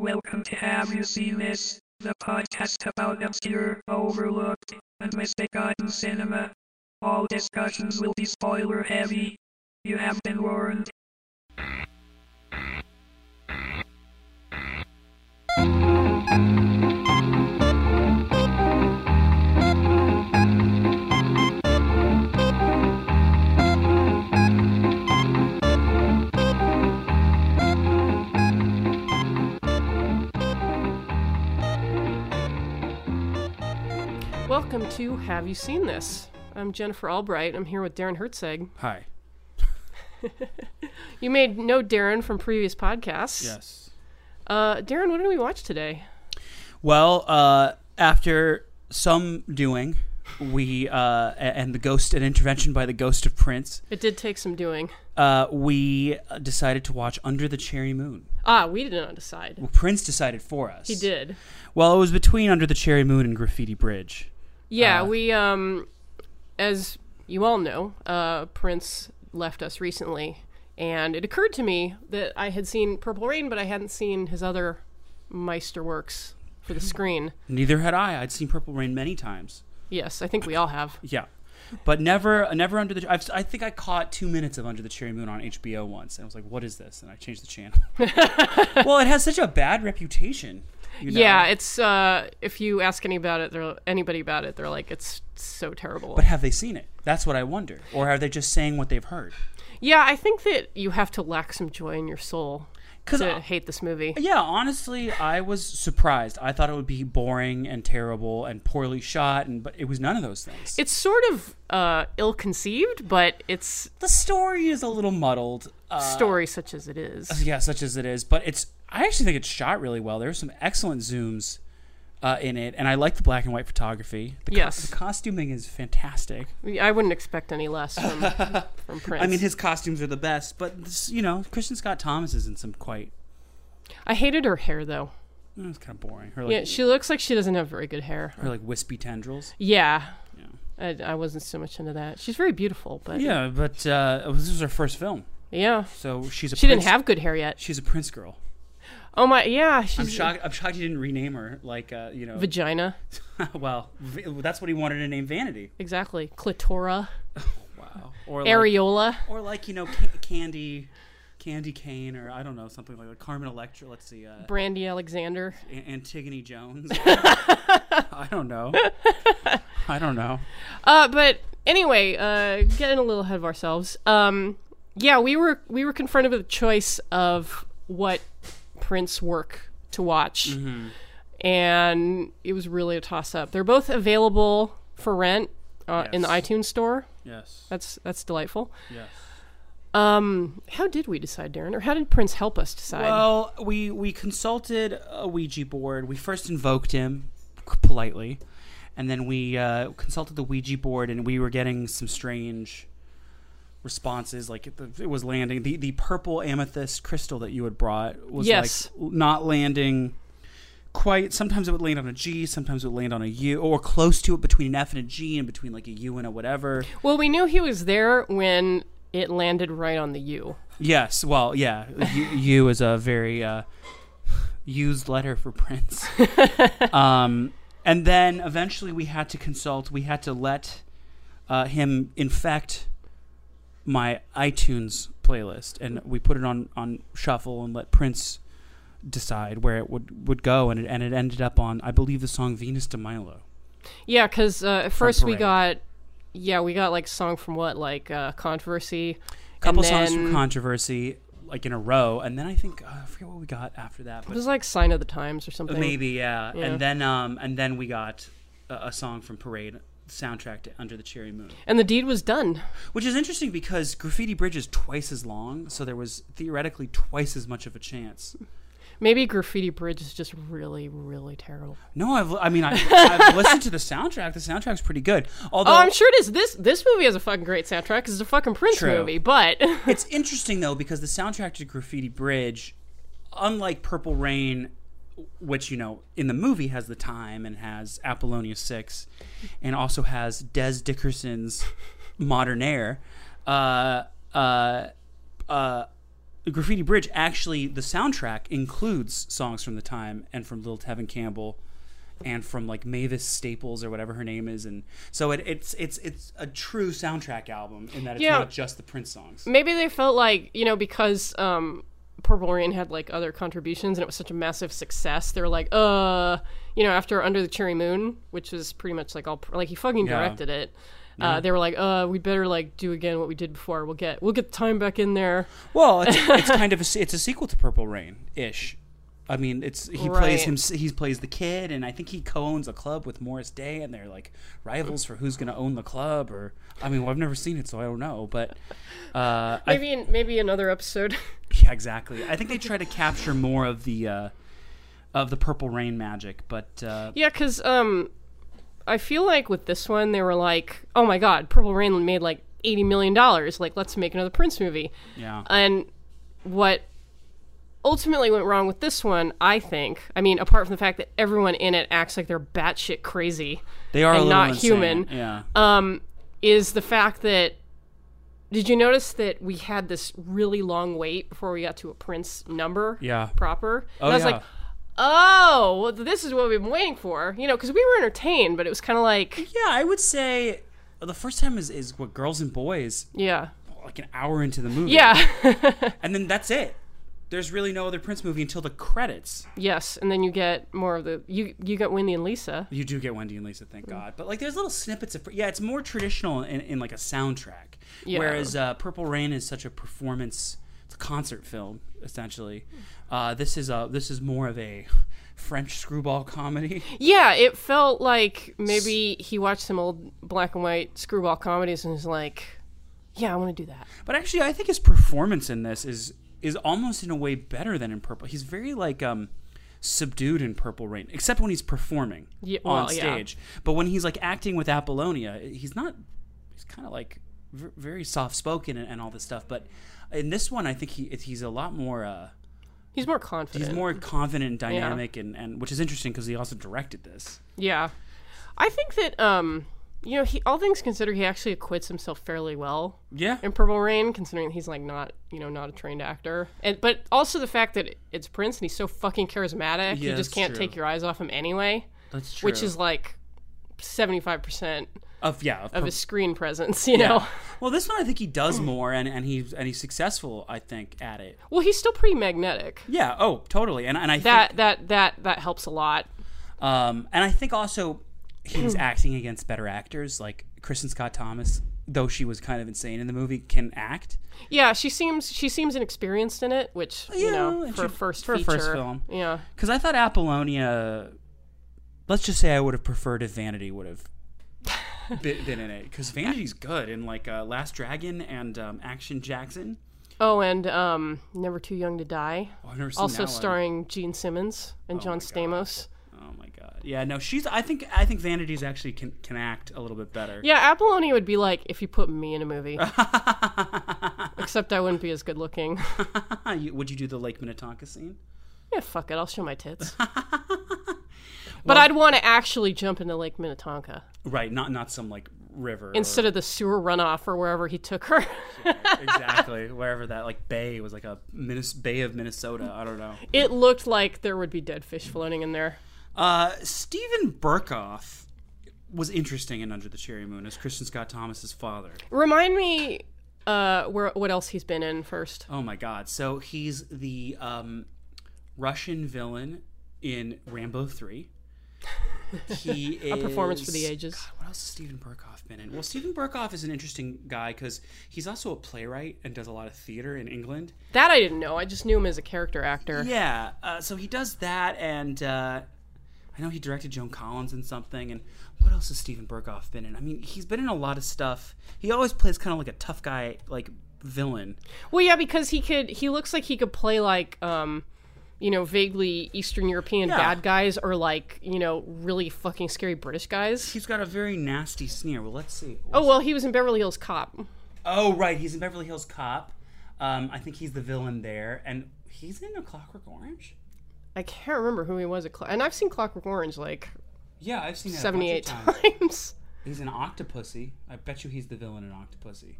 Welcome to Have You Seen This, the podcast about obscure, overlooked, and misbegotten cinema. All discussions will be spoiler heavy. You have been warned. Welcome to Have You Seen This? I'm Jennifer Albright. I'm here with Darren Hertzeg. Hi. You made know Darren from previous podcasts. Yes. Uh, Darren, what did we watch today? Well, uh, after some doing, we uh, a- and the ghost an intervention by the ghost of Prince, It did take some doing. uh, we decided to watch Under the Cherry Moon. Ah, we did not decide. Well, Prince decided for us. He did. Well, it was between Under the Cherry Moon and Graffiti Bridge. Yeah, we um, as you all know, uh, Prince left us recently, and it occurred to me that I had seen Purple Rain, but I hadn't seen his other Meisterworks for the screen. Neither had I. I'd seen Purple Rain many times. Yes, I think we all have. Yeah. But never, never under the. I've, I think I caught two minutes of Under the Cherry Moon on HBO once, and I was like, "What is this?" And I changed the channel. well, it has such a bad reputation. you know? Yeah, it's uh, if you ask any about it, they're anybody about it, they're like it's so terrible. But have they seen it? That's what I wonder. Or are they just saying what they've heard? yeah, I think that you have to lack some joy in your soul Because to hate this movie. yeah, honestly, I was surprised. I thought it would be boring and terrible and poorly shot, and but it was none of those things. It's sort of uh, ill-conceived, but it's the story is a little muddled. Uh, story such as it is. yeah, such as it is, but it's. I actually think it's shot really well. There's some excellent zooms uh, in it, and I like the black and white photography. The co- Yes. the costuming is fantastic. I wouldn't expect any less from from Prince. I mean, his costumes are the best, but this, you know, Kristen Scott Thomas is in some quite. I hated her hair though. It was kind of boring. Her like, Yeah, she looks like she doesn't have very good hair. her like wispy tendrils. Yeah. I, I wasn't so much into that. She's very beautiful, but Yeah, but uh, this was her first film, yeah. so she's a She didn't prince- have good hair yet. She's a prince girl. Oh my, yeah, I'm she's shocked. I'm shocked you didn't rename her like uh, you know. vagina. well, v- that's what he wanted to name Vanity. Exactly. Clitora, Wow. Or like, areola. or like you know, ca- Candy, Candy Kane, or I don't know, something like that. Carmen Electra. Let's see, uh, Brandy Alexander. A- Antigone Jones. I don't know. I don't know. Uh, but anyway, uh, getting a little ahead of ourselves. Um, yeah, we were we were confronted with a choice of what Prince work to watch, Mm-hmm. and it was really a toss up. They're both available for rent uh, in the Yes. iTunes store. Yes. That's that's delightful. Yes. Um, how did we decide, Darren, or how did Prince help us decide? Well, we we consulted a Ouija board. We first invoked him politely, and then we uh, consulted the Ouija board, and we were getting some strange responses. Like it, it was landing the the purple amethyst crystal that you had brought was Yes. like not landing quite. Sometimes it would land on a G, sometimes it would land on a U, or close to it between an F and a G, and between like a U and a whatever. well, we knew he was there when it landed right on the U. Yes. Well, yeah. U, U is a very uh, used letter for Prince. um, and then eventually we had to consult. We had to let uh, him infect my iTunes playlist, and we put it on on shuffle and let Prince decide where it would would go, and it and it ended up on I believe the song Venus de Milo. Yeah, because uh, at first we Parade. got, yeah, we got like song from what like uh, controversy, Couple and songs then- from Controversy, like in a row, and then I think uh, I forget what we got after that. It But was like sign of the times or something. Maybe, yeah. Yeah. And then um and then we got a, a song from Parade soundtrack to Under the Cherry Moon, And the deed was done. which is interesting because Graffiti Bridge is twice as long, so there was theoretically twice as much of a chance. Maybe Graffiti Bridge is just really, really terrible. No, I've I mean I, I've listened to the soundtrack. The soundtrack's pretty good. Although Oh, I'm sure it is. This this movie has a fucking great soundtrack 'cause it's a fucking Prince True. movie. But it's interesting though because the soundtrack to Graffiti Bridge, unlike Purple Rain, which you know in the movie has the time and has Apollonia Six, and also has Des Dickerson's Modern Air. Uh, uh, uh, Graffiti Bridge actually the soundtrack includes songs from the time and from Lil Tevin Campbell and from like Mavis Staples or whatever her name is and so it, it's it's it's a true soundtrack album in that it's Yeah. not just the Prince songs. Maybe they felt like, you know, because um, Purple Rain had like other contributions and it was such a massive success, they were like, uh, you know, after Under the Cherry Moon, which is pretty much like all, like he fucking Yeah. directed it. Uh, they were like, uh, we better like do again what we did before. We'll get we'll get time back in there. Well, it's, it's kind of a, se- it's a sequel to Purple Rain ish. I mean, it's he plays Right. him he plays the kid, and I think he co-owns a club with Morris Day, and they're like rivals for who's gonna own the club. Or I mean, well, I've never seen it, so I don't know. But uh, I, Maybe in, maybe another episode. yeah, exactly. I think they try to capture more of the uh, of the Purple Rain magic, but uh, Yeah, because um, I feel like with this one, they were like, oh my god, Purple Rain made like $80 million. Like, let's make another Prince movie. yeah, And what ultimately went wrong with this one, I think, I mean, apart from the fact that everyone in it acts like they're batshit crazy, they are a and little not insane. human. Uh, Yeah, is the fact that. Did you notice that we had this really long wait before we got to a Prince number? Yeah. Proper. oh, and I was yeah. like, oh, well, this is what we've been waiting for. You know, because we were entertained, but it was kind of like, yeah, I would say the first time is is what Girls and Boys yeah. like an hour into the movie. Yeah. and then that's it. There's really no other Prince movie until the credits. yes, and then you get more of the you you get Wendy and Lisa. You do get Wendy and Lisa, thank God. But like, there's little snippets of yeah, it's more traditional in, in like a soundtrack. Yeah. Whereas uh, Purple Rain is such a performance, it's a concert film essentially. Uh, this is a this is more of a French screwball comedy. Yeah, it felt like maybe he watched some old black and white screwball comedies and was like, yeah, I want to do that. But actually, I think his performance in this is is almost in a way better than in Purple. He's very like um subdued in Purple Rain, except when he's performing Ye- on well, yeah. stage. But when he's like acting with Apollonia, he's not. He's kind of like v- very soft spoken and, and all this stuff. But in this one, I think he he's a lot more. Uh, He's more confident. he's more confident and dynamic, and, and which is interesting because he also directed this. Yeah. I think that um you know, he all things considered he actually acquits himself fairly well Yeah. in Purple Rain considering he's like not, you know, not a trained actor. And but also the fact that it's Prince and he's so fucking charismatic, Yeah, you just that's can't true. take your eyes off him anyway, That's true. which is like 75% of yeah of of Purple his screen presence, you Yeah. know. Well, this one I think he does more, and, and he's and he's successful. I think at it. Well, he's still pretty magnetic. Yeah. Oh, totally. And and I That that that that helps a lot. think um and I think also he's acting against better actors like Kristen Scott Thomas, though she was kind of insane in the movie, can act. Yeah, she seems she seems inexperienced in it, which you Yeah, know and for a she- first for a feature, first film. yeah, Because I thought Apollonia, let's just say I would have preferred if Vanity would have been, been in it because Vanity's good in like uh, Last Dragon and um, Action Jackson. Oh, and um, Never Too Young to Die, Oh, I've never seen that also one. starring Gene Simmons and John Stamos. Oh my god. Yeah. No, she's. I think. I think Vanity's actually can can act a little bit better. Yeah, Apollonia would be like if you put me in a movie. Except I wouldn't be as good looking. You- Would you do the Lake Minnetonka scene? yeah, fuck it, I'll show my tits. but I'd want to actually jump into Lake Minnetonka Right. Not not some like river. or- instead of the sewer runoff or wherever he took her. exactly wherever that like bay was like a Minnes- bay of minnesota i don't know it looked like there would be dead fish floating in there. uh stephen burkoff was interesting in under the cherry moon as christian scott thomas's father Remind me uh, where what else he's been in first. oh my god so he's the um russian villain in rambo 3 he is a Performance for the ages. what else has Stephen Burkoff been in? Well, Stephen Burkoff is an interesting guy because he's also a playwright and does a lot of theater in England. That I didn't know. I just knew him as a character actor. Yeah, uh, so he does that, and uh, I know he directed Joan Collins in something. And what else has Stephen Burkoff been in? I mean, he's been in a lot of stuff. He always plays kind of like a tough guy, like villain. Well, yeah, because he could. He looks like he could play like, um, you know, vaguely Eastern European Yeah. bad guys or like, you know, really fucking scary British guys. He's got a very nasty sneer. Well, let's see. Oh well, he was in Beverly Hills Cop. Oh, right, he's in Beverly Hills Cop. Um, I think he's the villain there, and he's in A Clockwork Orange. I can't remember who he was at. Cl- and I've seen Clockwork Orange like Yeah, I've seen that a bunch of seventy-eight times. times. He's an Octopussy. I bet you he's the villain in Octopussy.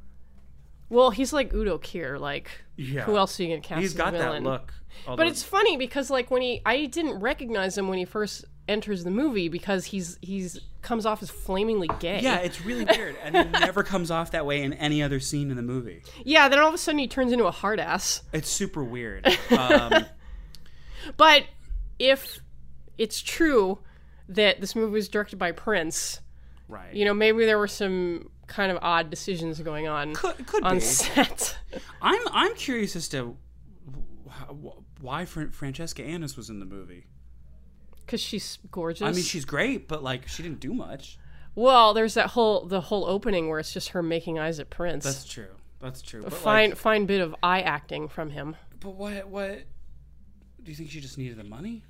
Well, he's like Udo Kier. Like, Yeah. who else are you gonna cast? He's as got a that villain? look. although- But it's funny because like when he, I didn't recognize him when he first enters the movie because he's he's comes off as flamingly gay. yeah, it's really weird, and it never comes off that way in any other scene in the movie. yeah. Then all of a sudden he turns into a hard ass. It's super weird. Um, But if it's true that this movie was directed by Prince, right. you know maybe there were some kind of odd decisions going on could, could on be. set. I'm I'm curious as to wh- wh- why Fran- Francesca Annis was in the movie. Because she's gorgeous. I mean, she's great, but like she didn't do much. well. There's that whole the whole opening where it's just her making eyes at Prince. That's true. That's true. But fine Like, fine bit of eye acting from him. but what what do you think she just needed the money?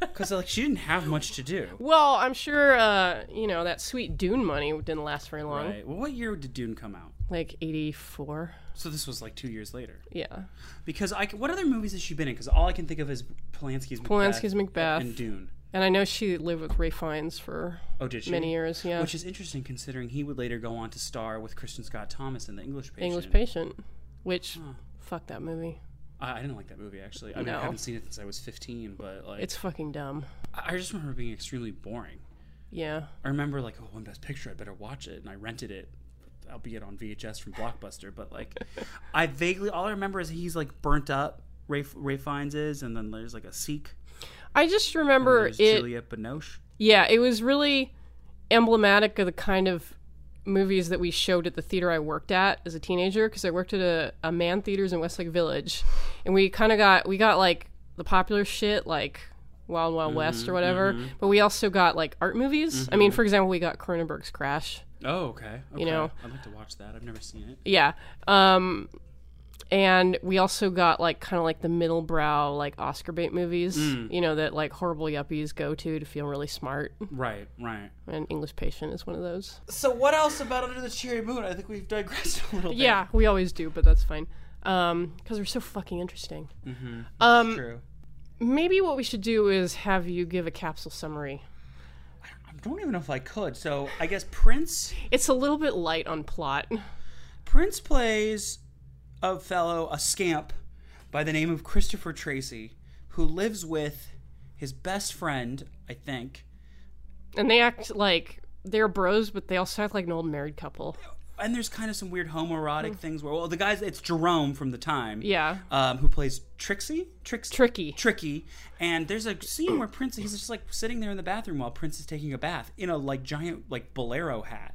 Because like she didn't have much to do. Well, I'm sure uh, you know that sweet Dune money didn't last very long. Right. Well, what year did Dune come out? Like 84. So this was like two years later. Yeah. Because I, c- what other movies has she been in? Because all I can think of is Polanski's Macbeth, Polanski's Macbeth. and Dune. And I know she lived with Ray Fiennes for Oh, did she? many years, yeah. Which is interesting considering he would later go on to star with Kristen Scott Thomas in The English Patient. Hmm. English Patient, which fuck that movie. I, I didn't like that movie actually. I mean, No. I haven't seen it since I was 15, but like, It's fucking dumb. I I just remember it being extremely boring. Yeah. I remember like, oh, one best picture, I better watch it, and I rented it, albeit on VHS from Blockbuster. But like, I vaguely all I remember is he's like burnt up. Ray, Ray Fiennes is, and then there's like a Sikh. I just remember There's it Juliette Binoche. Yeah, it was really emblematic of the kind of movies that we showed at the theater I worked at as a teenager because I worked at a, a man theaters in Westlake Village, and we kind of got we got like the popular shit like Wild Wild West or whatever, but we also got like art movies. I mean, for example, we got Cronenberg's Crash. Oh, okay. okay. know. I'd like to watch that. I've never seen it. Yeah. Um and we also got like kind of like the middle brow like Oscar bait movies, you know that like horrible yuppies go to to feel really smart. Right, right. And English Patient is one of those. So what else about Under the Cherry Moon? I think we've digressed a little Yeah, we always do, but that's fine. Um, because we're so fucking interesting. bit. True. Maybe what we should do is have you give a capsule summary. I don't even know if I could. So I guess Prince It's a little bit light on plot. Prince plays a fellow, a scamp by the name of Christopher Tracy, who lives with his best friend, I think. And they act like they're bros, but they also act like an old married couple. And there's kind of some weird homoerotic things where well the guys it's Jerome from the time. Hmm. Yeah. Um, who plays Trixie? Trix Tricky. tricky. And there's a scene where Prince he's just like sitting there in the bathroom while Prince is taking a bath in a like giant like bolero hat.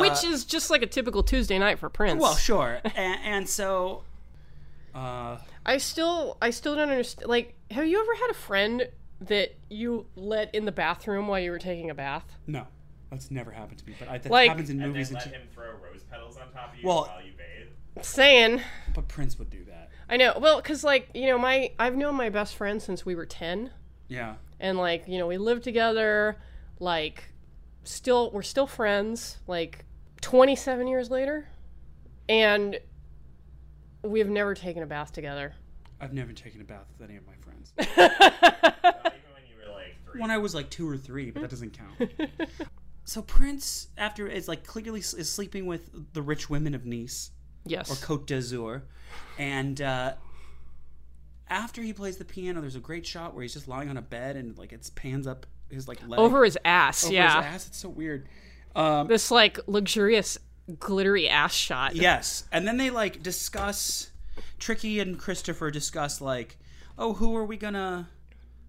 Which is just like a typical Tuesday night for Prince. Well, sure. and, and so I still I still don't understand like have you ever had a friend that you let in the bathroom while you were taking a bath? no, that's never happened to me. But I, that Like- happens in And movies. then And let t- him throw rose petals on top of you Well- while you bathe. Saying but Prince would do that. I know. Well, cuz like, you know, my I've known my best friend since we were 10. Yeah. and like you know we lived together like still we're still friends like 27 years later and we've never taken a bath together I've never taken a bath with any of my friends. Not even when you were like three. when I was like two or three, but that doesn't count. so Prince, after is like clearly s- is sleeping with the rich women of Nice. yes or Côte d'Azur. And uh, after he plays the piano, there's a great shot where he's just lying on a bed and like it pans up his like leg over his ass over yeah his ass. It's so weird. Um, this like luxurious glittery ass shot yes, and then they like discuss. Tricky and Christopher discuss like, oh, who are we gonna,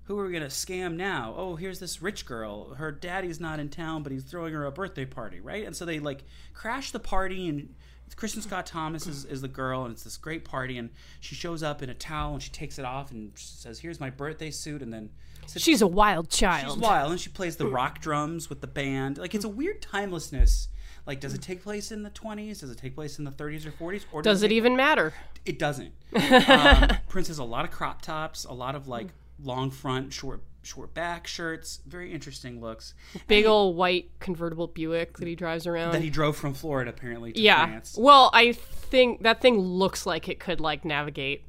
who are we gonna scam now? Oh, here's this rich girl. Her daddy's not in town, but he's throwing her a birthday party, right? And so they like crash the party and. Kristen Scott Thomas is, is the girl, and it's this great party. And she shows up in a towel, and she takes it off, and she says, "Here's my birthday suit." And then she's a wild She's child wild, and she plays the rock drums with the band. Like it's Hmm. a weird timelessness. Like, does it take place in the twenties? Does it take place in the thirties or forties? Or does it even matter It doesn't. um, Prince has a lot of crop tops, a lot Hmm. of like long front, short short back shirts. Very interesting looks big old white convertible buick that he drives around that he drove from Florida apparently to yeah France. well i think that thing looks like it could like navigate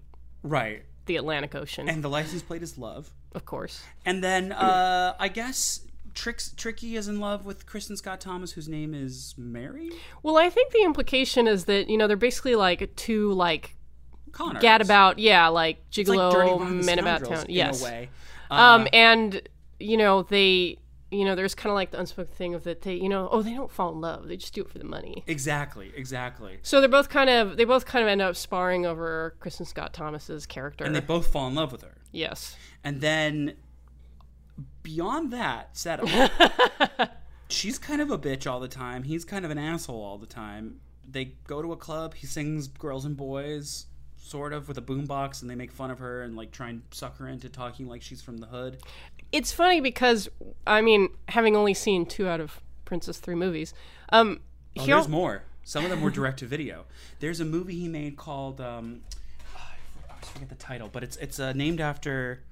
Right, the atlantic ocean and the license plate is love. of course And then uh, I guess Tricks, Tricky is in love with Kristen Scott Thomas, whose name is Mary Well, I think the implication is that you know they're basically like two like Connor. gadabout, yeah, like It's like Dirty gigolo Rotten men about Scoundrels town. Yes. in a way. Uh-huh. Um, and you know they, you know, there's kind of like the unspoken thing of that they, you know, oh, they don't fall in love; they just do it for the money. Exactly, exactly. So they're both kind of they both kind of end up sparring over Kristen Scott Thomas's character. And they both fall in love with her. yes, And then beyond that setup, she's kind of a bitch all the time. He's kind of an asshole all the time. They go to a club. He sings "Girls and Boys," sort of, with a boombox, and they make fun of her and like try and suck her into talking like she's from the hood. it's funny because I mean, having only seen two out of Prince's three movies, um, Oh, he al- there's more. Some of them were direct to video. There's a movie he made called um, I always forget the title, but it's it's uh, named after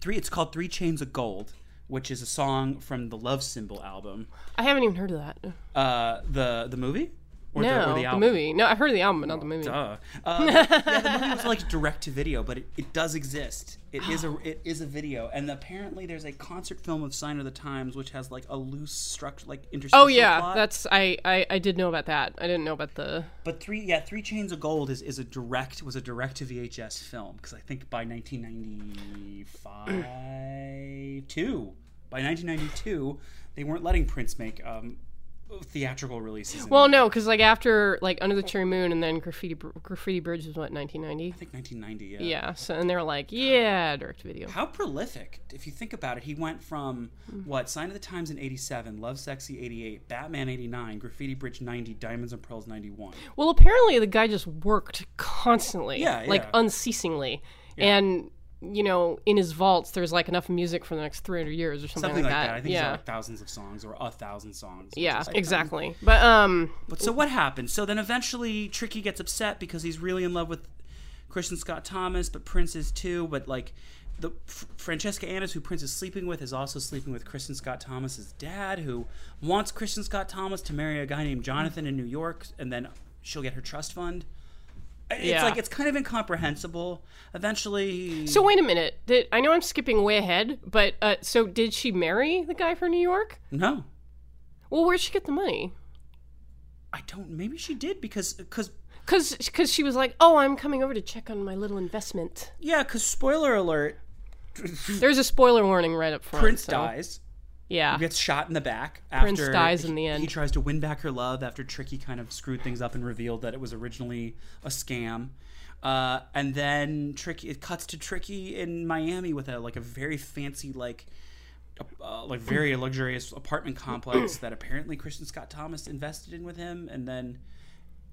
three. It's called Three Chains of Gold, which is a song from the Love Symbol album. I haven't even heard of that. Uh, the the movie or no, the, movie. No, I've heard of the album, but not the movie. Duh. Uh, yeah, the movie was like direct to video, but it, it does exist. It is a it is a video, and apparently there's a concert film of Sign of the Times, which has like a loose structure, like interstitial Oh yeah, plot. that's I, I I did know about that. I didn't know about the But three, yeah, Three Chains of Gold is, is a direct was a direct to VHS film because I think by 1995, two by 1992, they weren't letting Prince make um, theatrical releases. in- Well, no, because like after like Under the Cherry Moon and then Graffiti Br- Graffiti Bridge was what 1990. I think 1990. Yeah. Yeah, so and they were like, yeah, direct to video. How prolific, if you think about it, he went from what Sign of the Times in '87, Love Sexy '88, Batman '89, Graffiti Bridge '90, Diamonds and Pearls '91. Well, apparently the guy just worked constantly, Yeah, like yeah. unceasingly, and you know, in his vaults, there's like enough music for the next 300 years or something, Something like that. I think he's yeah, got like thousands of songs or a thousand songs. which yeah, is, like, exactly. But um, But so what happens? So then eventually Tricky gets upset because he's really in love with Christian Scott Thomas, but Prince is too. But like the F- Francesca Annis, who Prince is sleeping with, is also sleeping with Christian Scott Thomas's dad, who wants Christian Scott Thomas to marry a guy named Jonathan in New York, and then she'll get her trust fund. It's Yeah. like it's kind of incomprehensible. Eventually, so wait a minute. Did, I know I'm skipping way ahead, but uh, so did she marry the guy from New York? no, Well, where'd she get the money? I don't. Maybe she did because because Cause, cause she was like, "Oh, I'm coming over to check on my little investment." yeah because spoiler alert, There's a spoiler warning right up front. Hmm. Prince so- dies. Yeah, gets shot in the back. Prince after dies he- in the end. He tries to win back her love after Tricky kind of screwed things up and revealed that it was originally a scam. Uh, and then Tricky, it cuts to Tricky in Miami with a like a very fancy like. a- Uh, like very luxurious apartment complex that apparently Christian Scott Thomas invested in with him, and then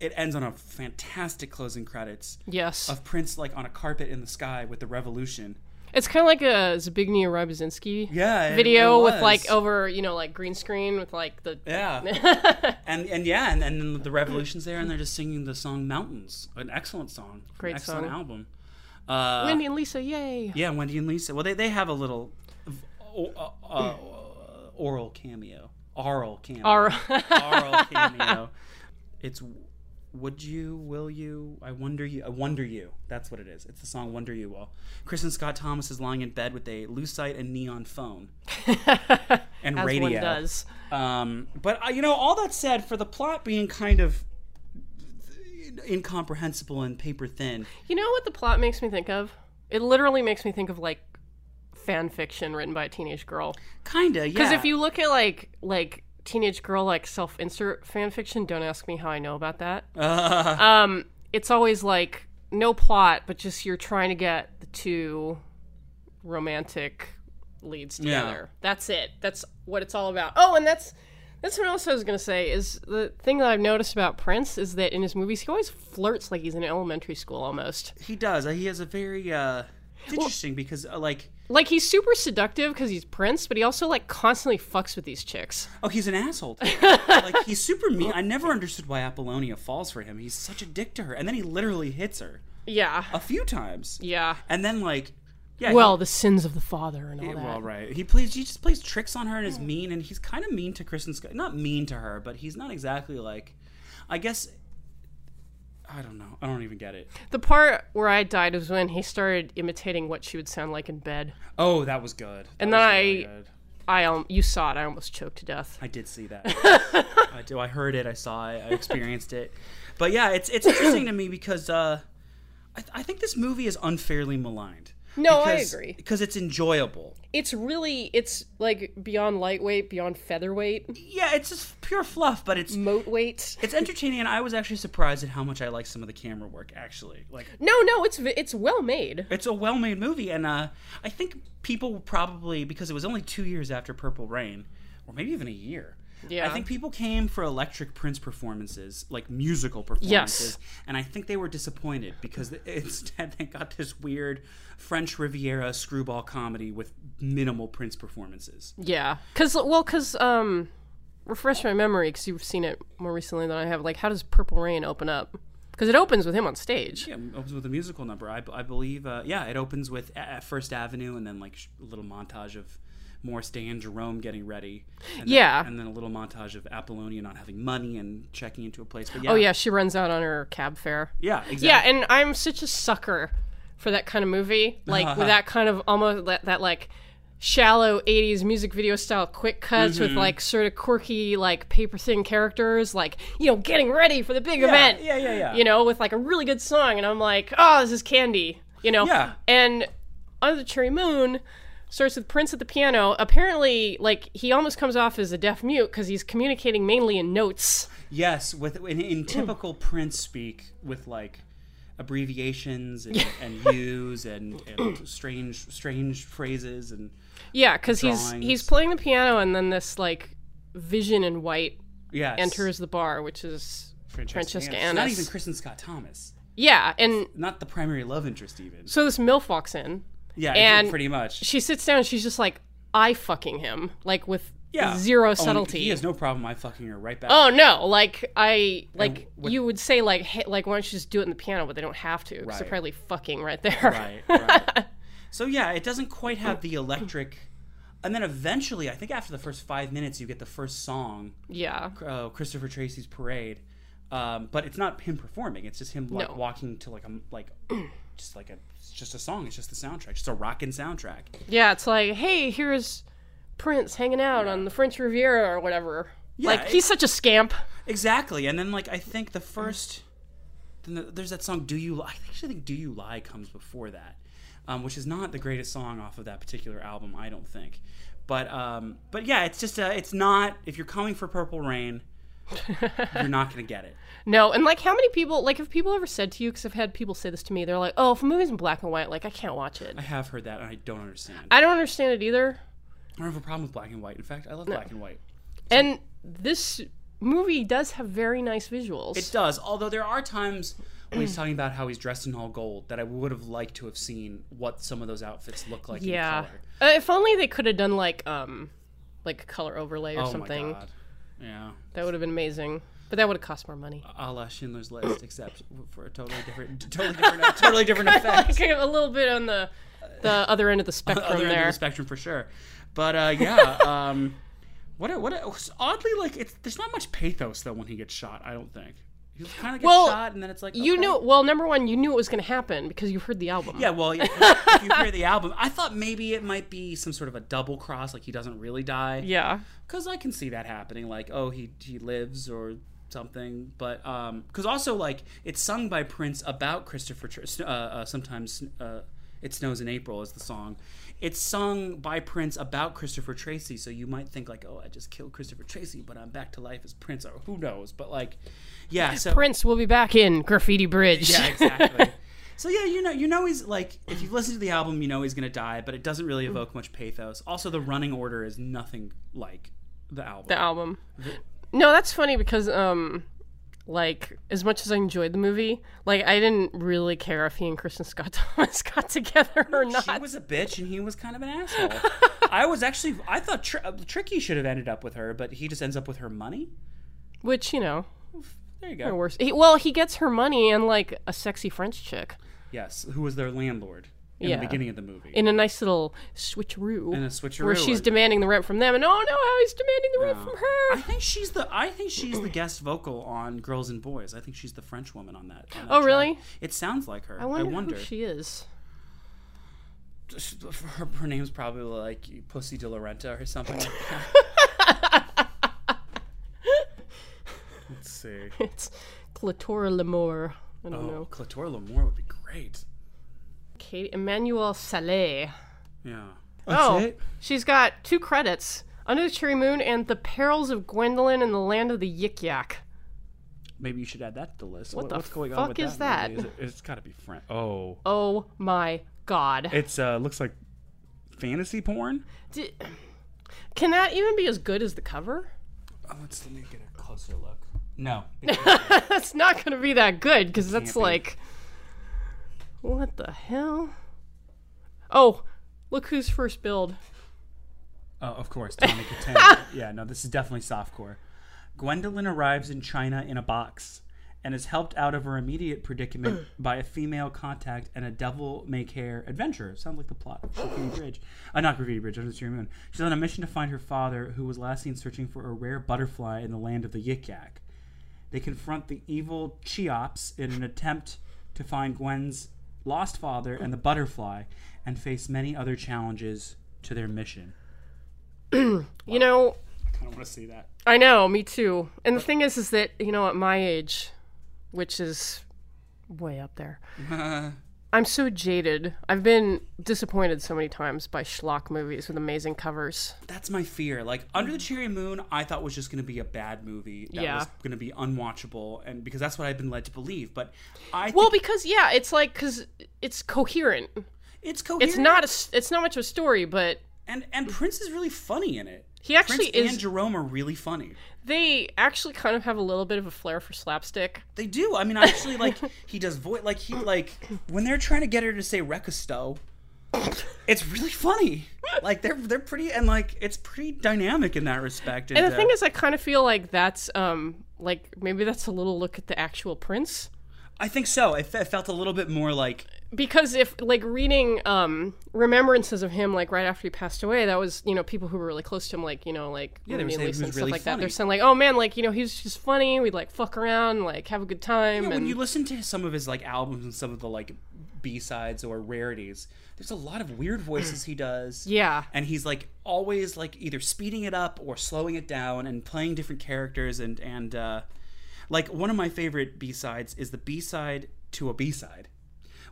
it ends on a fantastic closing credits yes. of Prince like on a carpet in the sky with the Revolution. it's kind of like a Zbigniew Rybczynski Yeah, it- video it with was. like over, you know, like green screen with like the. Yeah. and and yeah, and, and then the revolution's there, and they're just singing the song "Mountains," an excellent song, Great an excellent song. album. Uh, Wendy and Lisa, yay! yeah, Wendy and Lisa. Well, they they have a little v- o- uh, uh, oral cameo, oral cameo, Our- oral cameo. It's would you, will you, I wonder you, I wonder you. That's what it is. It's the song "Wonder You Will." Kristen Scott Thomas is lying in bed with a lucite and neon phone and As radio. one does. Um, but uh, you know, all that said, for the plot being kind of incomprehensible and paper thin, You know what the plot makes me think of? It literally makes me think of like fan fiction written by a teenage girl. kinda. Yeah. Because if you look at like like teenage girl like self insert fan fiction, don't ask me how I know about that. Uh-huh. Um, it's always like no plot, but just you're trying to get the two romantic leads Yeah. together. That's it. That's what it's all about. Oh, and that's that's what else I was gonna say is the thing that I've noticed about Prince is that in his movies he always flirts like he's in elementary school almost. he does, uh, he has a very uh, it's interesting because uh, like, Like he's super seductive because he's Prince, but he also like constantly fucks with these chicks. oh, he's an asshole. to her. like he's super mean. I never understood why Apollonia falls for him. He's such a dick to her, and then he literally hits her Yeah, a few times, yeah. and then like, yeah, he- Well, the sins of the father and all that. Well, right. He plays. He just plays tricks on her and is mean, and he's kind of mean to Kristen Scott. Not mean to her, but he's not exactly like. I guess. I don't know. I don't even get it. The part where I died was when he started imitating what she would sound like in bed. Oh, that was good. That And was then really I- good. I um, you saw it. I almost choked to death. I did see that. I do. I heard it. I saw it. I experienced it. But yeah, it's it's interesting to me because uh, I, th- I think this movie is unfairly maligned. No, I Because- agree. Because it's enjoyable. It's really it's like beyond lightweight, beyond featherweight, Yeah, it's just pure fluff, but it's moat weight. it's entertaining, and I was actually surprised at how much I like some of the camera work. Actually, like No, no, it's v- it's well made. it's a well-made movie, and uh, I think people probably because it was only two years after Purple Rain, or maybe even a year. Yeah. I think people came for Electric Prince performances, like musical performances, and I think they were disappointed because th- instead they got this weird French Riviera screwball comedy with minimal Prince performances. Yeah, because well, because um, refresh my memory because you've seen it more recently than I have. Like, how does Purple Rain open up? Because it opens with him on stage. Yeah, it opens with a musical number. I, I believe. Uh, yeah, it opens with uh, First Avenue, and then like sh- a little montage of Morris Day and Jerome getting ready. And then- Yeah. and then a little montage of Apollonia not having money and checking into a place. But yeah, Oh yeah, she runs out on her cab fare. yeah, exactly. Yeah, and I'm such a sucker for that kind of movie, like with that kind of almost that, that like shallow 80s music video style quick cuts Mm-hmm. with like sort of quirky like paper thin characters like you know getting ready for the big event yeah, yeah, yeah. you know with like a really good song and i'm like oh this is candy you know Yeah. and under the cherry moon starts with prince at the piano apparently like he almost comes off as a deaf mute because he's communicating mainly in notes Yes, with in, in typical Prince speak, with like abbreviations and, and yous and, and strange strange phrases and Yeah, because he's drawings. he's playing the piano, and then this like vision in white yes. enters the bar, which is Francesca It's Not Annis. even Kristen Scott Thomas. yeah, and Not the primary love interest even. so this milf walks in. Yeah, and- pretty much. She sits down, and she's just like, "I fucking him," like with yeah. zero Oh, and subtlety. he has no problem. I fucking her right back. Oh no! Like I like what- you would say like hey, like why don't you just do it in the piano? But they don't have to. 'cause Right. They're probably fucking right there. Right, right. so yeah, it doesn't quite have the electric. And then eventually, I think after the first five minutes, you get the first song, Yeah. uh, Christopher Tracy's Parade. Um, but it's not him performing; it's just him like No. walking to like a like just like a it's just a song. It's just the soundtrack, just a rockin' soundtrack. Yeah. It's like hey, here's Prince hanging out on the French Riviera or whatever. like it- he's such a scamp. Exactly, and then like I think the first, then the, there's that song "Do You." Lie? I actually think "Do You Lie" comes before that, um, which is not the greatest song off of that particular album, I don't think. But um, but yeah, it's just uh, it's not. If you're coming for Purple Rain, you're not gonna get it. No, and like how many people like have people ever said to you? Because I've had people say this to me. They're like, "Oh, if a movie's in black and white, like I can't watch it. I have heard that, and I don't understand. I I don't understand it either." don't have a problem with black and white. In fact, I love black and white. And this movie does have very nice visuals. It does, although there are times. When he's talking about how he's dressed in all gold, that I would have liked to have seen what some of those outfits look like in yeah. color. Uh, if only they could have done like um, like a color overlay or Oh something. my god! Yeah. That would have been amazing. But that would have cost more money. a la Schindler's List, except for a totally different, totally different, totally different effect. like a little bit on the the other end of the spectrum Other end there. of the spectrum for sure. But uh, yeah, um, what a, what a, oddly like it's there's not much pathos though when he gets shot. I don't think he kind of gets Well, shot and then it's like you okay. knew well. Number one, you knew it was going to happen because you heard the album. Yeah, well, if, if you hear the album, I thought maybe it might be some sort of a double cross, like he doesn't really die. Yeah. because I can see that happening. Like, oh, he he lives or something. But um, because also like it's sung by Prince about Christopher. Tr- Sn- Uh, uh, sometimes uh, it snows in April is the song. It's sung by Prince about Christopher Tracy. So you might think like, oh, I just killed Christopher Tracy, but I'm back to life as Prince, or who knows? But like, yeah. So Prince will be back in Graffiti Bridge. yeah, exactly. So yeah, you know, you know he's like, if you've listened to the album, you know he's gonna die, but it doesn't really evoke much pathos. Also, the running order is nothing like the album. the album. No, that's funny because um like as much as I enjoyed the movie, like I didn't really care if he and Kristen Scott Thomas got together or She not. was a bitch, and he was kind of an asshole. I was actually, I thought Tr- uh, Tricky should have ended up with her, but he just ends up with her money. Which, you know, There you or go. worse. He, well, he gets her money and like a sexy French chick Yes, who was their landlord in Yeah. the beginning of the movie? in a nice little switcheroo. In a switcheroo. Oh. where she's demanding the rent from them and oh no, how he's demanding the rent from I her. think she's the. I think she's the guest vocal on "Girls and Boys." I think she's the French woman on that. on that Oh, really? track. It sounds like her. I wonder, who she is. her, her name's probably like Pussy De Laurenta or something like that. Let's see. It's Clitora Lemore. I don't Oh, know. Clitora Lamore would be great. Kate Emmanuel Saleh. Yeah. oh, she's got two credits: Under the Cherry Moon and The Perils of Gwendolyn and the Land of the Yik Yak. Maybe you should add that to the list. What the what's going on fuck with is that? that? movie? Is it, it's got to be French. Oh, Oh my God! it's uh, looks like fantasy porn. Di- Can that even be as good as the cover? Oh, let's let me get a closer look. No, That's not going to be that good because that's be. like, what the hell? Oh, look who's first build. Oh, of course, Tommy Katana. yeah, no, this is definitely softcore. Gwendolyn arrives in China in a box and is helped out of her immediate predicament by a female contact and a devil-may-care adventurer. Sounds like the plot of Graffiti Bridge. Uh, not Graffiti Bridge, Under the Cherry Moon. She's on a mission to find her father, who was last seen searching for a rare butterfly in the land of the Yik Yak. They confront the evil Cheops in an attempt to find Gwen's lost father and the butterfly and face many other challenges to their mission. You know, I don't want to see that. I know, me too. And the thing is, is that, you know, at my age, which is way up there, I'm so jaded. I've been disappointed so many times by schlock movies with amazing covers. That's my fear. Like Under the Cherry Moon, I thought was just going to be a bad movie that Yeah. was going to be unwatchable, and because that's what I've been led to believe. But I think Well, because, yeah, it's like, because it's coherent. it's coherent. It's not a, s- it's not much of a story, but and and Prince is really funny in it. He actually Prince is- and Jerome are really funny. they actually kind of have a little bit of a flair for slapstick. They do. I mean, actually, like he does voice. Like he like when they're trying to get her to say Recusto, it's really funny. Like they're they're pretty and like it's pretty dynamic in that respect. And the uh, thing is, I kind of feel like that's um like maybe that's a little look at the actual prince I think so. It, fe- felt a little bit more like because if like reading um remembrances of him like right after he passed away, that was you know people who were really close to him like you know like they were Mooney saying he Leeson was and really stuff like that. funny. They're saying like oh man like you know he was just funny. We'd like fuck around like have a good time Yeah, when and you listen to some of his like albums and some of the like B sides or rarities, there's a lot of weird voices he does. yeah. And he's like always like either speeding it up or slowing it down and playing different characters and and uh, like one of my favorite B sides is the B side to a B side,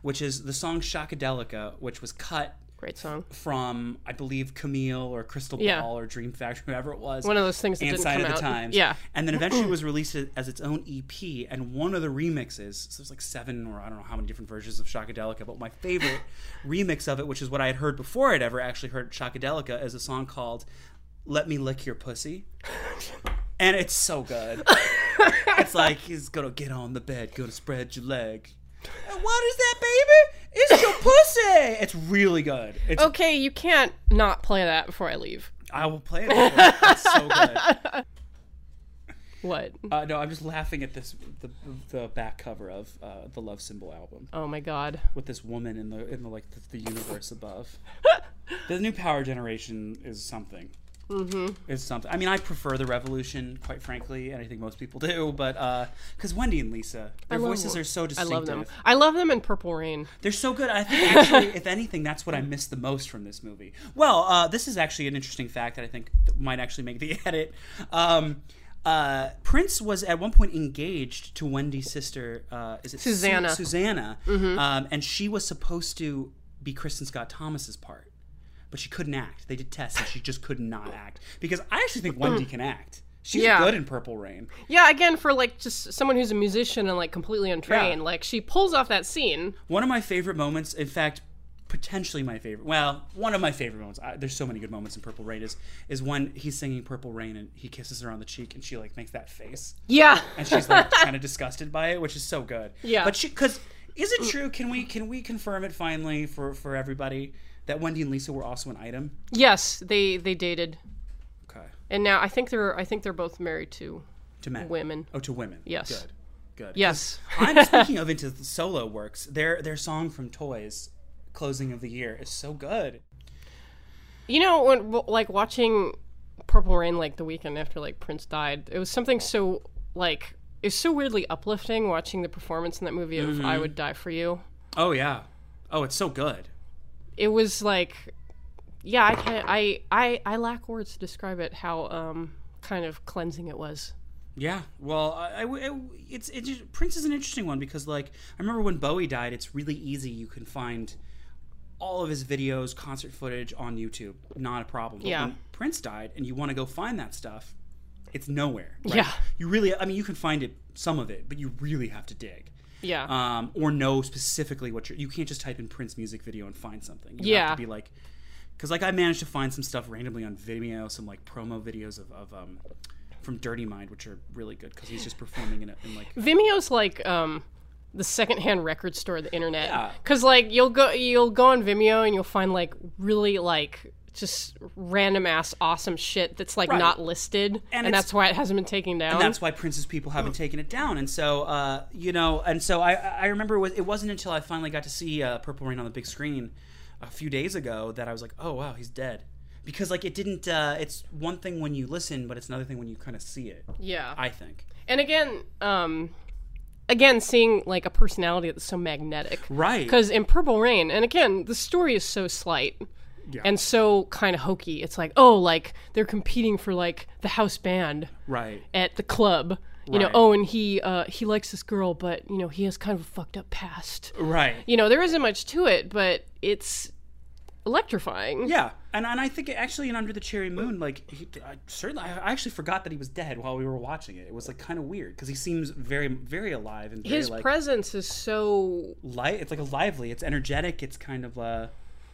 which is the song Shockadelica, which was cut Great song. from I believe Camille or Crystal Yeah. Ball or Dream Factory, whoever it was. One of those things that and didn't Sign come of the out. Times. Yeah. And then eventually was released as its own EP and one of the remixes. So there's like seven or I don't know how many different versions of Shockadelica, but my favorite remix of it, which is what I had heard before I'd ever actually heard Shockadelica, is a song called Let Me Lick Your Pussy. And it's so good. it's like he's gonna get on the bed, gonna spread your leg. And What is that, baby? It's your pussy. It's really good. It's Okay, you can't not play that before I leave. I will play it. Before. it's so good. What? Uh, no, I'm just laughing at this the, the back cover of uh, the Love Symbol album Oh my god. with this woman in the in the like the, the universe above. the new Power Generation is something. Mm-hmm. Is something. I mean, I prefer the Revolution, quite frankly, and I think most people do. But because Wendy and Lisa, their love voices them. are so I distinctive. love them. I love them in Purple Rain. They're so good. I think actually, if anything, that's what I miss the most from this movie. Well, uh, this is actually an interesting fact that I think th- might actually make the edit. Um, uh, Prince was at one point engaged to Wendy's sister. Uh, is it Su- Susanna. Mm-hmm. Susanna, um, and she was supposed to be Kristen Scott Thomas's part, but she couldn't act. They did tests, and she just could not act because I actually think Wendy can act. She's Yeah. good in Purple Rain. Yeah, again, for like just someone who's a musician and like completely untrained, Yeah. like she pulls off that scene. One of my favorite moments, in fact, potentially my favorite. Well, one of my favorite moments. I, there's so many good moments in Purple Rain. Is is when he's singing Purple Rain and he kisses her on the cheek and she like makes that face Yeah. and she's like kind of disgusted by it, which is so good. Yeah. But she because is it true? Can we can we confirm it finally for for everybody that Wendy and Lisa were also an item? yes, they they dated, Okay. and now I think they're I think they're both married to To men. women. Oh, to women. Yes. Good. Good. Yes. I'm speaking of into solo works. Their their song from Toys, closing of the year, is so good. You know, when w- like watching Purple Rain like the weekend after like Prince died, it was something so like it's so weirdly uplifting watching the performance in that movie of "I Would Die for You." Oh yeah. Oh, it's so good. it was like yeah i can't i i i lack words to describe it how um kind of cleansing it was Yeah, well, I, I- I- it's it, just- Prince is an interesting one because like I remember when Bowie died, it's really easy. You can find all of his videos, concert footage on YouTube, not a problem. But Yeah. when Prince died, and you want to go find that stuff, it's nowhere. right? Yeah. you really. I mean, you can find it some of it, but you really have to dig. yeah Um, or know specifically what you're. You can't just type in Prince music video and find something. You Yeah. have to be like, because like I managed to find some stuff randomly on Vimeo, some like promo videos of, of um, from Dirty Mind, which are really good because he's just performing in, a, in like Vimeo's like um the secondhand record store of the internet. Yeah. Cause like you'll go you'll go on Vimeo and you'll find like really like just random ass awesome shit that's like Right. not listed, and, it's- that's why it hasn't been taken down. and that's why Prince's people haven't taken it down. And so, uh, you know, and so I, I remember it, was, it wasn't until I finally got to see uh, Purple Rain on the big screen a few days ago that I was like, oh wow, he's dead. Because like it didn't. Uh, it's one thing when you listen, but it's another thing when you kind of see it. yeah. I think. and again, um, again, seeing like a personality that's so magnetic. Right. Because in Purple Rain, and again, the story is so slight and so kind of hokey. It's like, oh, like they're competing for like the house band. Right. at the club. You know, Right. oh, and he uh, he likes this girl, but you know he has kind of a fucked up past. Right. You know, there isn't much to it, but it's electrifying. Yeah, and and I think actually in Under the Cherry Moon, like he, I, certainly, I actually forgot that he was dead while we were watching it. It was like kind of weird because he seems very very alive and very His like presence is so, li- It's like a lively. It's energetic. It's kind of uh,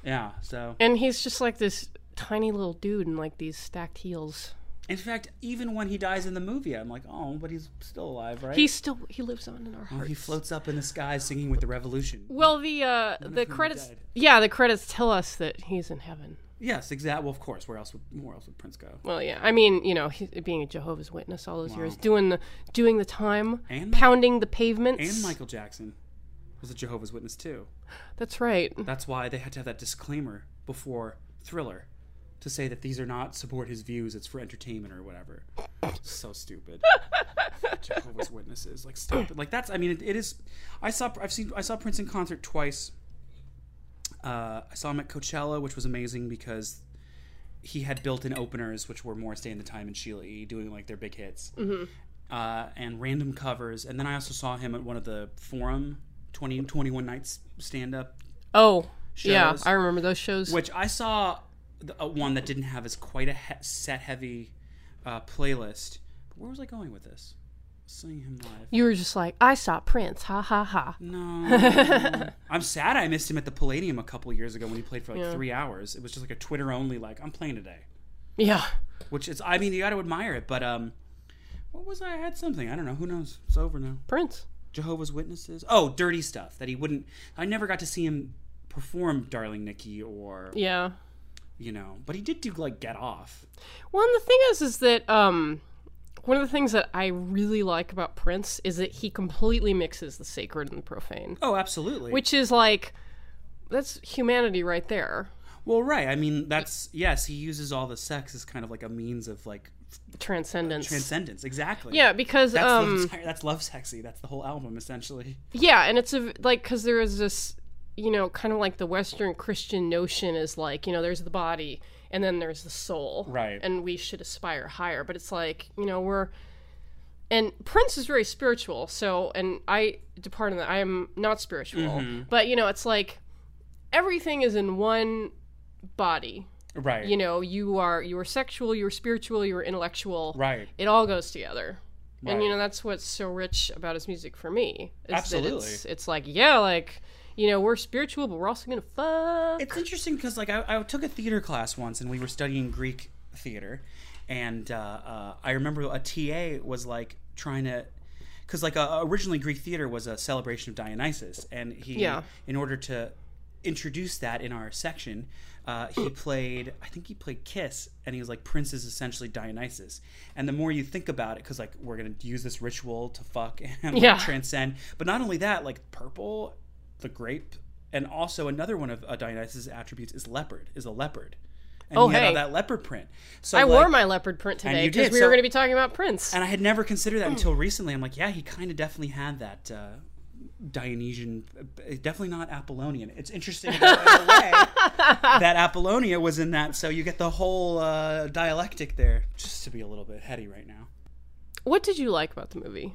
yeah. So and he's just like this tiny little dude in like these stacked heels. in fact, even when he dies in the movie, I'm like, oh, but he's still alive, right? He still he lives on in our hearts. he floats up in the sky singing with the revolution. well, the uh, the credits, died. yeah, the credits tell us that he's in heaven. Yes, exactly. Well, of course. Where else would where else would Prince go? Well, yeah. I mean, you know, he, being a Jehovah's Witness all those years, doing the doing the time, And- pounding the pavements. And Michael Jackson was a Jehovah's Witness too. That's right. That's why they had to have that disclaimer before Thriller to say that these are not support his views, it's for entertainment or whatever. so stupid. Jehovah's Witnesses, like stop it. Like that's I mean it, it is I saw I've seen I saw Prince in concert twice. Uh, I saw him at Coachella, which was amazing because he had built-in openers, which were Morris Day and the Time and Sheila E. doing like their big hits, uh, and random covers. And then I also saw him at one of the Forum 20, 21 nights stand-up Oh, yeah, shows. I remember those shows. which I saw the, uh, one that didn't have as quite a he- set heavy uh, playlist. But where was I going with this? Seeing him live. you were just like, I saw Prince, ha ha ha. No, I'm sad I missed him at the Palladium a couple years ago when he played for like three hours. It was just like a Twitter only, like I'm playing today, Yeah, which is I mean you got to admire it, but um, what was I? I had something I don't know. Who knows? It's over now. Prince. Jehovah's Witnesses. Oh, dirty stuff that he wouldn't. I never got to see him perform "Darling Nikki" or Yeah. you know, but he did do like "Get Off." Well, and the thing is, is that um, one of the things that I really like about Prince is that he completely mixes the sacred and the profane, Oh, absolutely. which is like, that's humanity right there. Well, right. I mean, that's yes. He uses all the sex as kind of like a means of like Transcendence. transcendence. Exactly. yeah, because That's, um, love, that's love sexy. That's the whole album essentially. Yeah, and it's a like because there is this, you know, kind of like the Western Christian notion is like you know there's the body and then there's the soul, Right. And we should aspire higher, but it's like you know we're and Prince is very spiritual, so and I depart on that. I am not spiritual, Mm-hmm. but you know it's like everything is in one body. Right. You know, you are you are sexual, you are spiritual, you are intellectual, Right. it all goes together. And you Right. know that's what's so rich about his music for me. is that Absolutely. it's, it's like yeah, like you know we're spiritual, but we're also gonna fuck. It's interesting because like I, I took a theater class once, and we were studying Greek theater, and uh, uh, I remember a TA was like trying to. Because like uh, originally Greek theater was a celebration of Dionysus, and he, Yeah. in order to introduce that in our section, uh, he played. I think he played Kiss, and he was like Prince is essentially Dionysus. And the more you think about it, because like we're gonna use this ritual to fuck and like, Yeah. transcend. But not only that, like purple, the grape, and also another one of uh, Dionysus' attributes is leopard. Is a leopard. And Oh, he had all hey. that leopard print. So I like- wore my leopard print today you because did, we so- were gonna be talking about Prince. Hmm. and I had never considered that until recently. I'm like, yeah, he kind of definitely had that uh, Dionysian, uh, definitely not Apollonian. It's interesting that, in a way, that Apollonia was in that, so you get the whole uh, dialectic there. Just to be a little bit heady right now. What did you like about the movie?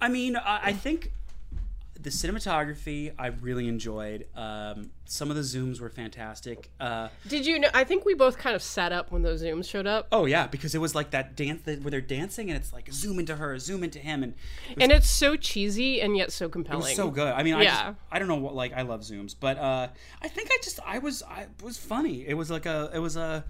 I mean, I, I think the cinematography I really enjoyed. Um, some of the zooms were fantastic. Uh, Did you know? I think we both kind of sat up when those zooms showed up, oh yeah, because it was like that dance that, where they're dancing, and it's like zoom into her, zoom into him, and it was and it's so cheesy and yet so It compelling. was so good. I mean, I Yeah. just, I don't know what like I love zooms, but uh, I think I just I was I was funny. It was like a it was a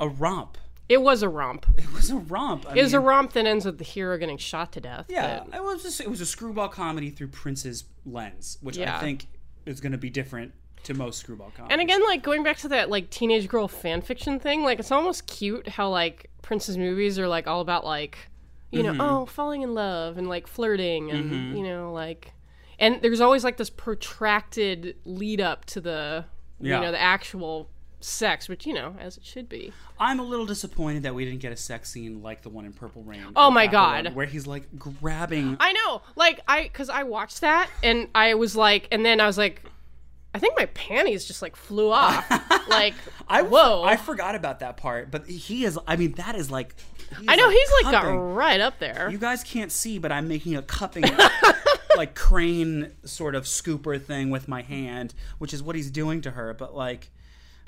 a romp. It was a romp. It was a romp. I It was a mean, romp that ends with the hero getting shot to death. Yeah, but- it was just it was a screwball comedy through Prince's lens, which I Yeah. think is going to be different to most screwball comedy. And again, like going back to that like teenage girl fan fiction thing, like it's almost cute how like Prince's movies are like all about like, you Mm-hmm. know, oh, falling in love and like flirting and you know like, and there's always like this protracted lead up to the Yeah. you know the actual sex, which you know as it should be. I'm a little disappointed that we didn't get a sex scene like the one in Purple Rain. Oh with my Apollon, God. where he's like grabbing. I know, like I because I watched that and I was like, and then I was like, I think my panties just like flew off, like I whoa. I forgot about that part, but he is. I mean, that is like. I know he's like got cupping. right up there. You guys can't see, but I'm making a cupping, like crane sort of scooper thing with my hand, which is what he's doing to her. But like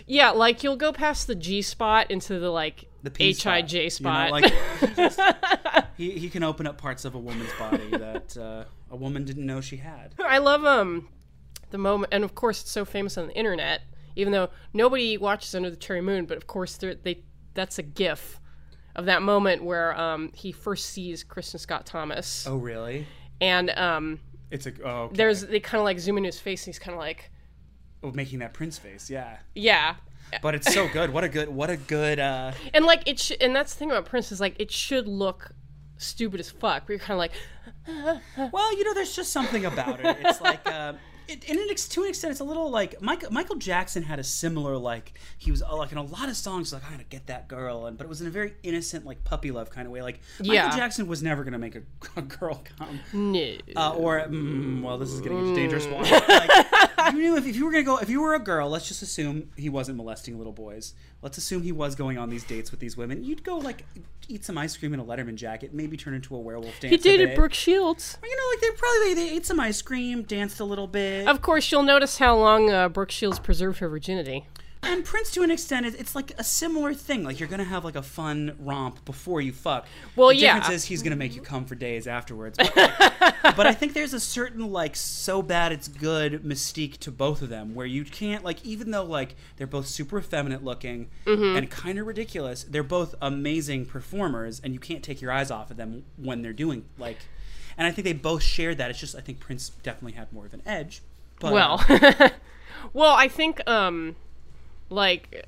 Yeah, like you'll go past the G spot into the like the P HIJ you know, spot. like he, just- he he can open up parts of a woman's body that uh, a woman didn't know she had. I love um the moment, and of course it's so famous on the internet. Even though nobody watches Under the Cherry Moon, but of course they're- they that's a GIF of that moment where um he first sees Kristen Scott Thomas, Oh really? and um It's a oh okay. there's they kind of like zoom into his face, and he's kind of like oh, making that prince face, yeah. yeah. But it's so good. What a good what a good. Uh, And like it, sh- and that's the thing about Prince is like it should look stupid as fuck. But you're kind of like, Well, you know, there's just something about it. It's like, uh, it, and an ex- to an extent, it's a little like Michael, Michael Jackson had a similar like he was uh, like in a lot of songs like I gotta get that girl, and but it was in a very innocent like puppy love kind of way. Like Yeah. Michael Jackson was never gonna make a, a girl come, no, uh, or mm, well, this is getting into Mm. dangerous. One. Like, you knew if, if you were gonna go, if you were a girl, let's just assume he wasn't molesting little boys. Let's assume he was going on these dates with these women. You'd go like eat some ice cream in a Letterman jacket, maybe turn into a werewolf. Dance he dated today. Brooke Shields. You know, like they probably they, they ate some ice cream, danced a little bit, Of course, you'll notice how long uh, Brooke Shields preserved her virginity. and Prince to an extent, it- it's like a similar thing. Like you're gonna have like a fun romp before you fuck. Well, the yeah. difference is he's gonna make you come for days afterwards. But, like, but I think there's a certain like so bad it's good mystique to both of them, where you can't like even though like they're both super effeminate looking Mm-hmm. and kind of ridiculous, they're both amazing performers, and you can't take your eyes off of them when they're doing like. And I think they both shared that. It's just I think Prince definitely had more of an edge. But, Well, well, I think um, like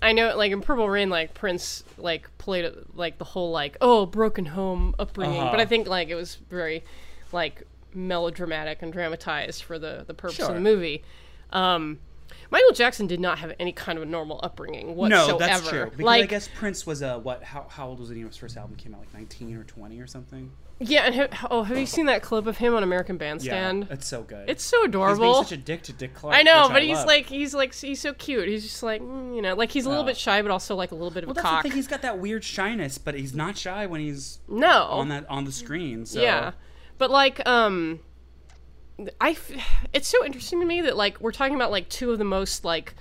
I know, like in Purple Rain, like Prince like played like the whole like oh broken home upbringing, Uh-huh. but I think like it was very like melodramatic and dramatized for the the purpose of Sure. the movie. Um, Michael Jackson did not have any kind of a normal upbringing whatsoever. No, that's true. Because I like, guess Prince was a what? How, how old was he when his first album came out? Like nineteen or twenty or something. yeah. And ha- oh, have you seen that clip of him on American Bandstand? it's so good. it's so he's being adorable. such a dick to Dick Clark. I know, which but he's love. like he's like he's so cute. He's just like mm, you know, like he's a little Oh. bit shy, but also like a little bit of Well, a that's cock. the thing. He's got that weird shyness, but he's not shy when he's no, on that on the screen. So yeah, but like um, I f- it's so interesting to me that like we're talking about like two of the most like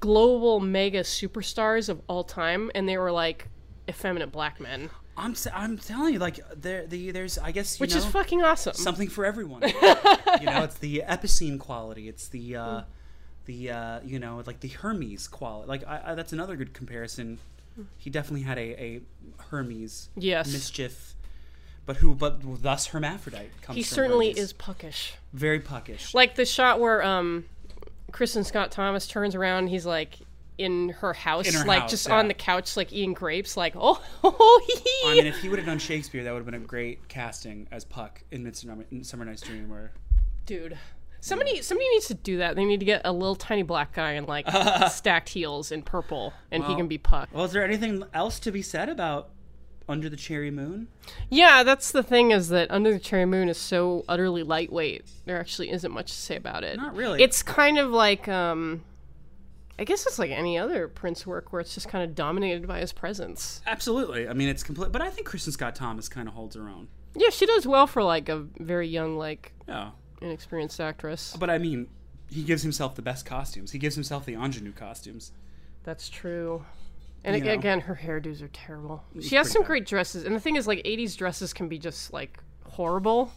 global mega superstars of all time, and they were like effeminate black men, I'm s- I'm telling you, like there the there's I guess you which is know, fucking awesome. something for everyone. you know, it's the epicene quality. It's the uh, the uh, you know like the Hermes quality. Like I, I, that's another good comparison. He definitely had a, a Hermes Yes. mischief, but who but thus hermaphrodite comes. he from certainly Hermes. is puckish. very puckish. like the shot where um Kristen Scott Thomas turns around, he's like in her house, In her like house, just yeah. on the couch, like eating grapes, like oh, I hee mean, if he would have done Shakespeare, that would have been a great casting as Puck in Midsummer in Summer Night's Dream, where dude. Somebody, somebody needs to do that. They need to get a little tiny black guy in like stacked heels in purple, and he can be Puck. Well, is there anything else to be said about Under the Cherry Moon? Yeah, that's the thing is that Under the Cherry Moon is so utterly lightweight. There actually isn't much to say about it. Not really. It's kind of like um I guess it's like any other Prince work where it's just kind of dominated by his presence. Absolutely. I mean, it's complete. But I think Kristen Scott Thomas kind of holds her own. Yeah, she does well for like a very young like Yeah. inexperienced actress. But I mean, he gives himself the best costumes. He gives himself the ingenue costumes. That's true. And You know. ag- again, her hairdos are terrible. She has pretty some bad. great dresses, and the thing is, like '80s dresses can be just like horrible.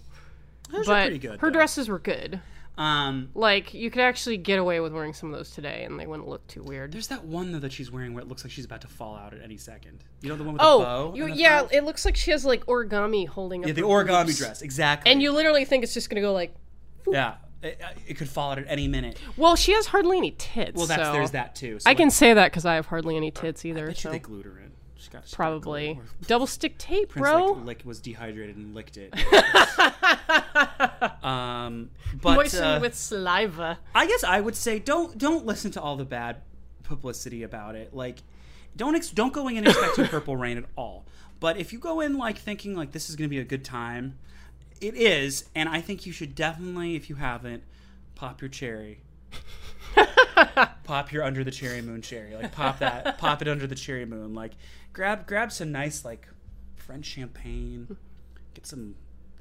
Those but are pretty good. her though. dresses were good. Um, Like you could actually get away with wearing some of those today, and they wouldn't look too weird. there's that one though that she's wearing where it looks like she's about to fall out at any second. You know the one with the bow? Oh, you, in the yeah, front? it looks like she has like origami holding up. Yeah, the her origami boobs. dress exactly. and you literally think it's just gonna go like. yeah, it, uh, it could fall out at any minute. Well, she has hardly any tits. Well, that's so- there's that too. So I can say that because I have hardly any tits either. bet you so they glued her in. She's got she's got probably glue. double stick tape, Prince, bro. Like, like was dehydrated and licked it. um, but Moistened uh, with saliva. I guess I would say don't don't listen to all the bad publicity about it. Like, don't ex- don't go in expecting Purple Rain at all. But if you go in like thinking like this is going to be a good time, it is, and I think you should definitely, if you haven't, pop your cherry. pop your under the cherry moon cherry. Like pop that, pop it under the cherry moon. Like grab grab some nice like French champagne. Get some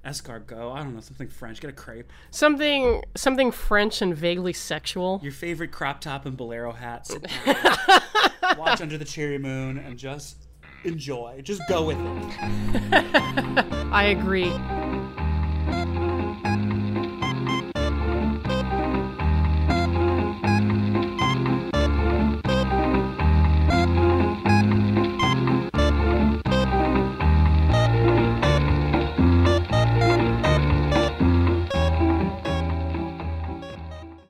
escargot. I don't know something French. Get a crepe. Something something French and vaguely sexual. your favorite crop top and bolero hat. Sit down, watch Under the Cherry Moon and just enjoy. Just go with it. I agree.